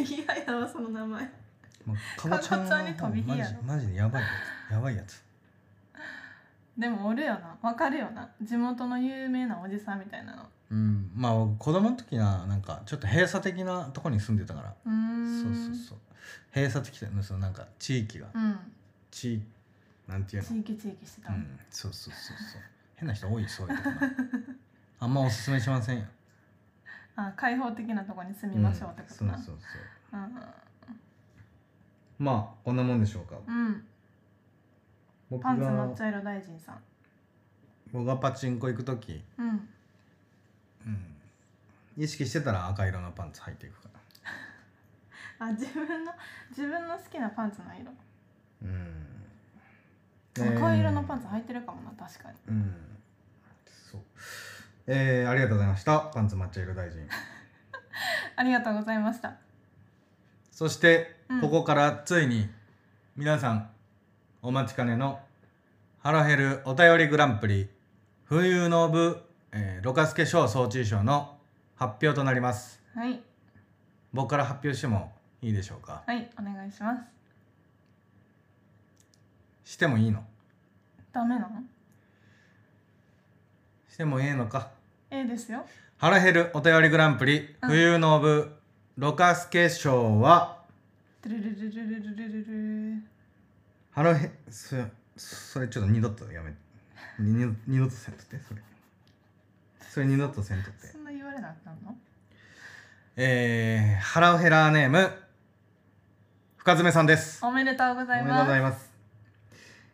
Speaker 2: 嫌ややわその名前
Speaker 1: まあかごちゃん
Speaker 2: かごちゃ
Speaker 1: は
Speaker 2: んに
Speaker 1: も
Speaker 2: 飛
Speaker 1: う
Speaker 2: び
Speaker 1: マ
Speaker 2: 火
Speaker 1: ジ
Speaker 2: やろ
Speaker 1: マジでやばいやつやばいやつ
Speaker 2: でもおるよなわかるよな地元の有名なおじさんみたいなの
Speaker 1: うんまあ僕子供の時はなんかちょっと閉鎖的なとこに住んでたから
Speaker 2: うーん
Speaker 1: そうそうそう閉鎖的だよねそのなんか地域が、
Speaker 2: うん
Speaker 1: 地域なんていうの
Speaker 2: 地域地域してた
Speaker 1: う
Speaker 2: の、
Speaker 1: んそうそうそうそう変な人多いそういうとこなあんまおすすめしませんよ
Speaker 2: あ開放的なとこに住みましょうってことな、
Speaker 1: んそうそうそう
Speaker 2: う
Speaker 1: まあこんなもんでしょうか
Speaker 2: んうん、
Speaker 1: 僕
Speaker 2: パンツ抹
Speaker 1: が
Speaker 2: 茶色大臣さん
Speaker 1: 僕がパチンコ行く時、
Speaker 2: うん
Speaker 1: うん、意識してたら赤色のパンツ履いていくか
Speaker 2: あ自分の自分の好きなパンツの色、
Speaker 1: らうん
Speaker 2: 赤色のパン
Speaker 1: ツ
Speaker 2: ツ履いてるかもな確かに
Speaker 1: うんそうえー、ありがとうございましたパンツ抹茶色大
Speaker 2: *laughs*
Speaker 1: 臣
Speaker 2: ありがとうございました
Speaker 1: そして、
Speaker 2: うん
Speaker 1: ここからついに皆さんお待ちかねの腹減るお便りグランプリ冬の部、えー、ろかすけ賞総中賞の発表となります
Speaker 2: はい
Speaker 1: 僕から発表してもいいでしょうか
Speaker 2: はいお願いします
Speaker 1: してもいいの
Speaker 2: ダメなの
Speaker 1: してもいいのか
Speaker 2: ええですよ
Speaker 1: 腹減るお便りグランプリ
Speaker 2: うん
Speaker 1: 冬の部、ろかすけ賞は
Speaker 2: ドゥルルルルルルルルル
Speaker 1: 腹へそそれちょっと二度とやめにに二度とせんとってそれそれ二度とせんとって
Speaker 2: そんな言われなあかんの
Speaker 1: えー、腹ヘラーネーム深爪さんです
Speaker 2: おめでとうご
Speaker 1: お
Speaker 2: ざい
Speaker 1: めでとうご
Speaker 2: ます
Speaker 1: ざいます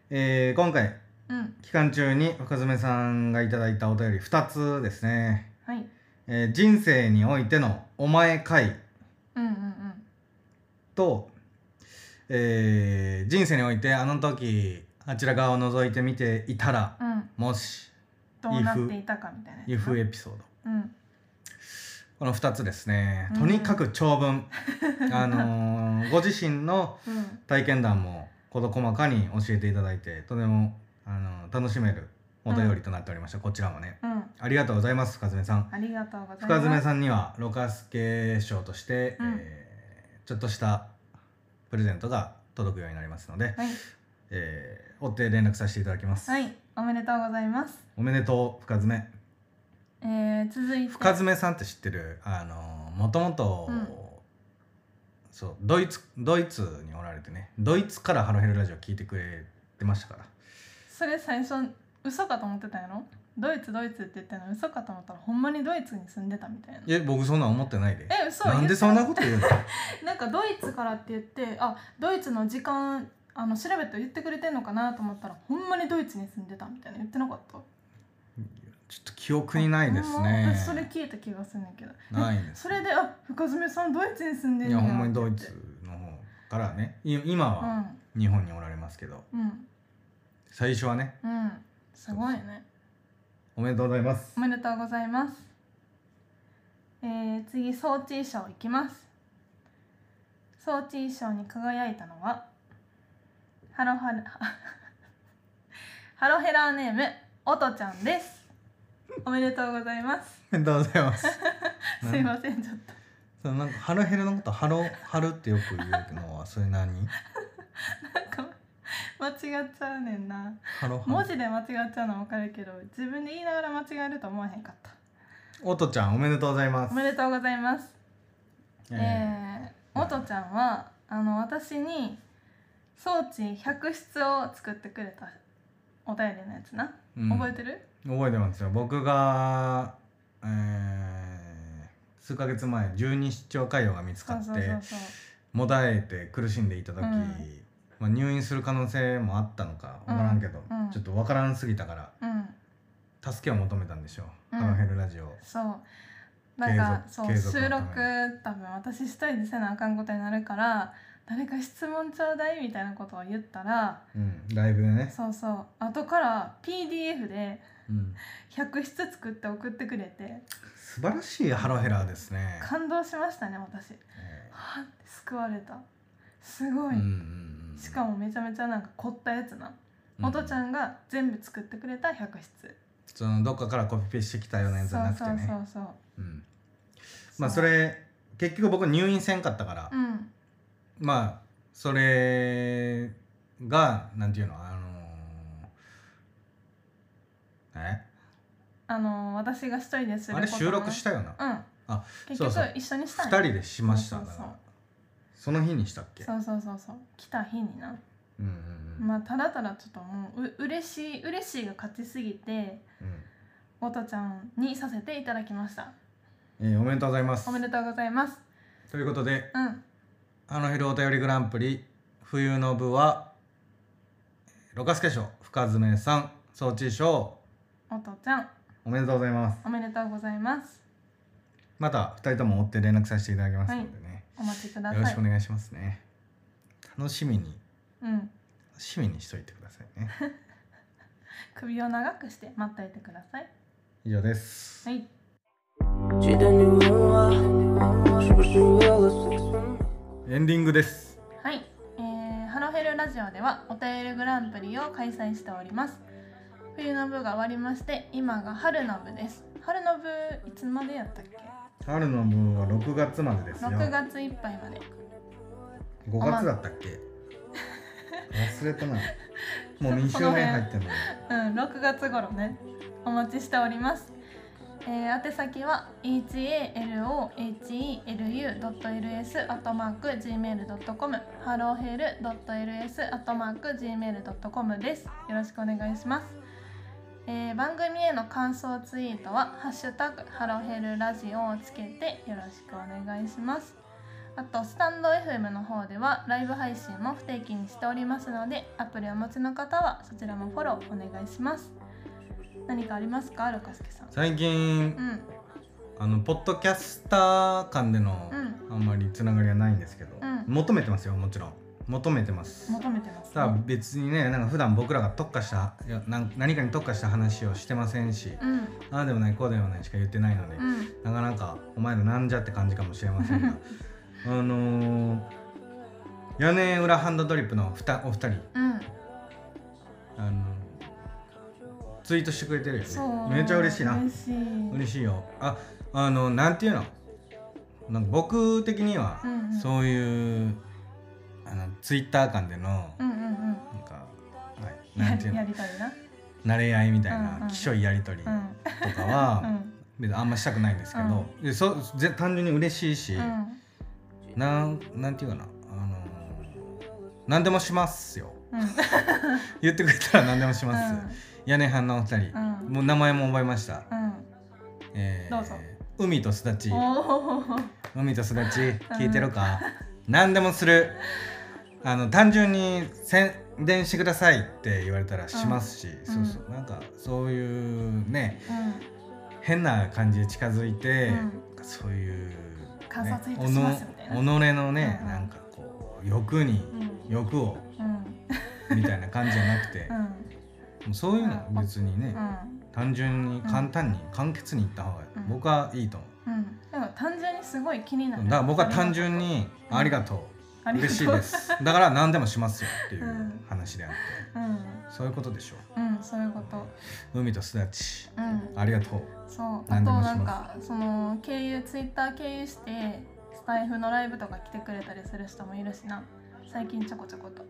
Speaker 1: えー、今回
Speaker 2: うん
Speaker 1: 期間中に深爪さんがいただいたお便り2つですね、
Speaker 2: はい
Speaker 1: えー人生においての「お前会
Speaker 2: うんうんうん」
Speaker 1: と、えー人生においてあの時あちら側を覗いてみていたら
Speaker 2: うん
Speaker 1: もし
Speaker 2: どうなっていたかみたいなやつな
Speaker 1: いうふうエピソード
Speaker 2: うん
Speaker 1: この2つですね
Speaker 2: うん
Speaker 1: とにかく長
Speaker 2: *laughs*
Speaker 1: 文、あのーご自身の
Speaker 2: うん
Speaker 1: 体験談も事細かに教えていただいてとても、あのー楽しめるお便りとなっておりました、こちらもね
Speaker 2: うん
Speaker 1: ありがとうございます深爪さん
Speaker 2: ありがとうございます
Speaker 1: 深爪さんにはろ過助賞として、
Speaker 2: うん
Speaker 1: えーちょっとしたプレゼントが届くようになりますので、
Speaker 2: はい
Speaker 1: えー追って連絡させていただきます、
Speaker 2: はいおめでとうございます
Speaker 1: おめでとう深爪
Speaker 2: えー、続いて
Speaker 1: 深爪さんって知ってるあのもともと
Speaker 2: うん
Speaker 1: そうドイツドイツにおられてねドイツから「ハロヘルラジオ」聞いてくれてましたから
Speaker 2: それ最初嘘かと思ってたんやろドイツドイツって言ったの嘘かと思ったらほんまにドイツに住んでたみたいな
Speaker 1: え僕そんなん思ってないで
Speaker 2: え嘘
Speaker 1: なんでそんなこと言うの
Speaker 2: なんかドイツからって言ってあドイツの時間あの調べて言ってくれてんのかなと思ったらほんまにドイツに住んでたみたいな言ってなかった
Speaker 1: ちょっと記憶にないです
Speaker 2: ほんま
Speaker 1: ね
Speaker 2: 私それ聞いた気がするんだけど
Speaker 1: ないです
Speaker 2: それであ深爪さんドイツに住んでん
Speaker 1: い
Speaker 2: ね
Speaker 1: や
Speaker 2: や
Speaker 1: ほんまにドイ
Speaker 2: って
Speaker 1: ツの方からねい今
Speaker 2: 言
Speaker 1: は
Speaker 2: って
Speaker 1: 日本におられますけど、
Speaker 2: うんうん
Speaker 1: 最初はね
Speaker 2: うんすごいね
Speaker 1: おめでとうございます
Speaker 2: おめでとうございます。えー、次、装置衣装いきます。装置衣装に輝いたのは、ハロハロ、ハロヘラーネーム、おとちゃんです。おめでとうござい *laughs* ます。
Speaker 1: おめでとうございます
Speaker 2: すいません、ちょっと。
Speaker 1: そのなんかハロヘルのことハロハルってよく言うのはそれ何
Speaker 2: なんか、間違っちゃうねんな。
Speaker 1: ハロハ
Speaker 2: 文
Speaker 1: ル
Speaker 2: 字で間違っちゃうのはわかるけど、自分で言いながら間違えると思わへんかった。
Speaker 1: おとちゃんおめでとうございます
Speaker 2: おめでとうございます。
Speaker 1: え
Speaker 2: えー、おとちゃんはあの私に装置百室を作ってくれたお便りのやつな、
Speaker 1: ーうん
Speaker 2: 覚えてる
Speaker 1: 覚えてますよ僕が、えー数ヶ月前十二指腸潰瘍が見つか
Speaker 2: そ
Speaker 1: っ
Speaker 2: う
Speaker 1: て
Speaker 2: そうそうそう
Speaker 1: もだえて苦しんでいた時、
Speaker 2: うん
Speaker 1: まあ、入院する可能性もあったのか分からんけど、
Speaker 2: うんうん
Speaker 1: ちょっと分からんすぎたから
Speaker 2: うん
Speaker 1: 助けを求めたんでしょう、
Speaker 2: うん
Speaker 1: ハロヘルラジオ
Speaker 2: そうなんか
Speaker 1: 継
Speaker 2: そ
Speaker 1: 続
Speaker 2: う
Speaker 1: 継続
Speaker 2: 収
Speaker 1: のた
Speaker 2: 録多分私一人でせなあかんことになるから誰か質問ちょうだいみたいなことを言ったら
Speaker 1: うん、ライブでね、
Speaker 2: そうそう後から PDF で
Speaker 1: うん、
Speaker 2: 百室作って送ってくれて
Speaker 1: 素晴らしいハロヘラーですね、
Speaker 2: 感動しましたね私
Speaker 1: え
Speaker 2: はっ救われたすご
Speaker 1: ー
Speaker 2: い、
Speaker 1: うんうんうん、
Speaker 2: しかもめちゃめちゃなんか凝ったやつな、おとちゃ
Speaker 1: ん
Speaker 2: んが全部作ってくれた百室
Speaker 1: そのどっかからコピペしてきたようなやつじゃなくてね
Speaker 2: そうそうそうそう
Speaker 1: うん、まあそれ結局僕入院せんかったから、
Speaker 2: うん
Speaker 1: まあそれがなんていうのあのー、え
Speaker 2: あのー私が一人でする
Speaker 1: あれ収録したたよな
Speaker 2: うん
Speaker 1: あ
Speaker 2: 結局
Speaker 1: そうそう
Speaker 2: 一緒にした
Speaker 1: 2
Speaker 2: んや
Speaker 1: 人でしました
Speaker 2: そ
Speaker 1: だ
Speaker 2: うそ
Speaker 1: か
Speaker 2: うそう
Speaker 1: らその日にしたっけ
Speaker 2: そうそうそうそう来た日にな、
Speaker 1: うんうんうん
Speaker 2: まあただただちょっともうう嬉しい嬉しいが勝ちすぎておとちゃんにさせていただきました
Speaker 1: うんえーおめでとうございます
Speaker 2: おめでとうございます
Speaker 1: ということで
Speaker 2: うん
Speaker 1: 「あの昼お便りグランプリ」冬の部はろかすけ賞深爪さん装置賞
Speaker 2: おとちゃん
Speaker 1: おめでとうございます
Speaker 2: おめでとうございます
Speaker 1: また2人とも追って連絡させていただきますのでね、
Speaker 2: お待ちくだ
Speaker 1: よろ
Speaker 2: さ
Speaker 1: し
Speaker 2: い
Speaker 1: くお願いしますね楽しみに
Speaker 2: うん
Speaker 1: 楽しみにしといてください
Speaker 2: *laughs*
Speaker 1: ね
Speaker 2: 首を長くして待っていてください
Speaker 1: 以上です
Speaker 2: はい
Speaker 3: 记得你问我是不是为了生存。
Speaker 1: エンディングです
Speaker 2: はい、えーハロヘルラジオではお便りグランプリを開催しております冬の部が終わりまして今が春の部です春の部いつまでやったっけ
Speaker 1: 春の分は6月までですよ
Speaker 2: 6月いっぱいまで
Speaker 1: 5月だったっけ忘れた
Speaker 2: *laughs*
Speaker 1: なもう2周
Speaker 2: その辺
Speaker 1: 年入ってんのに
Speaker 2: うん、6月頃ねお待ちしておりますええー宛先は halohelu.ls.gmail.com ハローヘル .ls.gmail.com ですよろしくお願いします、えー番組への感想ツイートは「ハッシュタグハローヘルラジオ」をつけてよろしくお願いしますあとスタンド FM の方ではライブ配信も不定期にしておりますのでアプリをお持ちの方はそちらもフォローお願いします何かありますかルカスケさん
Speaker 1: 最近
Speaker 2: うん
Speaker 1: あのポッドキャスター間での
Speaker 2: う
Speaker 1: あんまりつながりはないんですけど、
Speaker 2: うん
Speaker 1: 求めてますよもちろん求めてます
Speaker 2: 求めてます
Speaker 1: さあ別にねなんか普段僕らが特化したいやなん何かに特化した話をしてませんし、
Speaker 2: うん
Speaker 1: ああでもないこうでもないしか言ってないので、
Speaker 2: うん
Speaker 1: なかなかお前らなんじゃって感じかもしれませ
Speaker 2: *laughs*
Speaker 1: んがあのー、屋根裏ハンドドリップのふたお二人
Speaker 2: うん
Speaker 1: あのツイートしてくれてるよね
Speaker 2: そう
Speaker 1: めっちゃ嬉しいな
Speaker 2: 嬉しいうん
Speaker 1: 嬉しいよああのなんていうのなんか僕的には、
Speaker 2: うんうん
Speaker 1: そういうあのツイッター間での、
Speaker 2: うんうん
Speaker 1: なんか、はい、
Speaker 2: や
Speaker 1: なんていう
Speaker 2: りや
Speaker 1: の
Speaker 2: りたいな
Speaker 1: 慣れ合いみたい
Speaker 2: うんう
Speaker 1: なんきしょいやり取り
Speaker 2: う
Speaker 1: と
Speaker 2: ん
Speaker 1: かは、
Speaker 2: うん
Speaker 1: 別にあんましたくないんですけど、でそぜ単純に嬉しいし、
Speaker 2: うん
Speaker 1: なんなんていうかなあのー何でもしますよ
Speaker 2: うん
Speaker 1: 言ってくれたら何でもし
Speaker 2: う
Speaker 1: ます、
Speaker 2: ん
Speaker 1: 屋根班のお二人、
Speaker 2: うん
Speaker 1: もう名前も覚えました、
Speaker 2: うん
Speaker 1: えー
Speaker 2: どうぞ
Speaker 1: 海とすだち
Speaker 2: おー
Speaker 1: 海とすだち聞いてるか、何でもするあの単純に宣伝してくださいって言われたらしますし、そうそうなんかそういうね
Speaker 2: う
Speaker 1: 変な感じで近づいて、
Speaker 2: う
Speaker 1: そういう、ね、
Speaker 2: 観察いたしますみたいな
Speaker 1: おの己のね、
Speaker 2: うんうん
Speaker 1: なんかこう欲に、
Speaker 2: んうん
Speaker 1: 欲を
Speaker 2: うん
Speaker 1: みたいな感じじゃなくて
Speaker 2: う、ん
Speaker 1: もうそういうのは別にね、
Speaker 2: うん
Speaker 1: 単純に簡単に簡潔にいった方が
Speaker 2: うん
Speaker 1: 僕はいいと思う、
Speaker 2: うんでも単純にすごい気になる
Speaker 1: だから僕は単純に「
Speaker 2: うん
Speaker 1: ありがと
Speaker 2: あ
Speaker 1: う」
Speaker 2: りがとう
Speaker 1: 嬉しいですだから何でもしますよっていうん話であって、
Speaker 2: うん
Speaker 1: そういうことでしょ
Speaker 2: うんそういうこと
Speaker 1: う海とすだち
Speaker 2: うん
Speaker 1: ありがとう
Speaker 2: そうあと
Speaker 1: 何でもします
Speaker 2: なんかその経由ツイッター経由してスタイフのライブとか来てくれたりする人もいるしな最近ちょこちょこと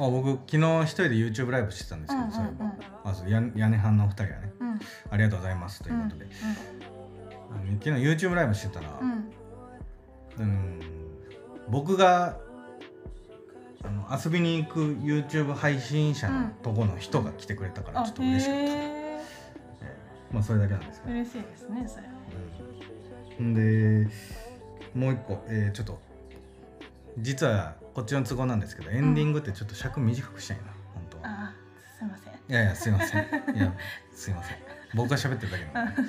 Speaker 1: あ僕昨日一人で YouTube ライブしてたんですけど、
Speaker 2: うんうんうん
Speaker 1: そういえばあそう屋屋根班のお二人はね
Speaker 2: うんうん
Speaker 1: ありがとうございますということで、あの昨日 YouTube ライブしてたら、
Speaker 2: うんうん
Speaker 1: うん僕があの遊びに行く YouTube 配信者のとこの人が来てくれたから
Speaker 2: あ
Speaker 1: ちょっと嬉しかった、
Speaker 2: へ
Speaker 1: まあそれだけなんですけ
Speaker 2: え
Speaker 1: ど、
Speaker 2: 嬉しいですねそれ
Speaker 1: うん、でもう一個、えーちょっと実はこっちの都合なんですけどエンディングってちょっと尺短くしたいな本当は
Speaker 2: あすいません
Speaker 1: いやいやすいませんい
Speaker 2: *laughs*
Speaker 1: やすいません僕が喋ってるだけなので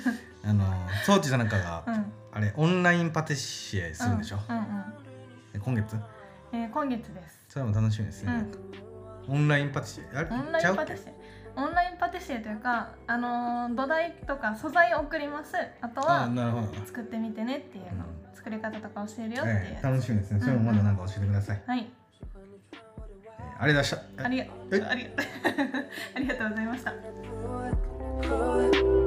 Speaker 1: あの装置じゃなんかが、
Speaker 2: うん
Speaker 1: あれオンラインパティシエするんでしょ、
Speaker 2: うんうん
Speaker 1: 今月
Speaker 2: うんえー今月です
Speaker 1: それも楽しみですね、オンラインパティシエあれ
Speaker 2: オンラ
Speaker 1: ちゃ
Speaker 2: イ
Speaker 1: う
Speaker 2: ン
Speaker 1: っ
Speaker 2: パ
Speaker 1: け
Speaker 2: ティシエオンラインパティシエというかあのー土台とか素材を送りますあと
Speaker 1: あ
Speaker 2: は
Speaker 1: なるほど、
Speaker 2: 作ってみてねっていうの、
Speaker 1: う
Speaker 2: 作り方とか教えるよっていう
Speaker 1: え
Speaker 2: や
Speaker 1: え
Speaker 2: つ、
Speaker 1: 楽しみですねそれもまだなんか教えてください、
Speaker 2: はい
Speaker 1: えーありがとうございました
Speaker 2: ありが *laughs*
Speaker 1: え
Speaker 2: ありがありがとうございました
Speaker 3: Call it,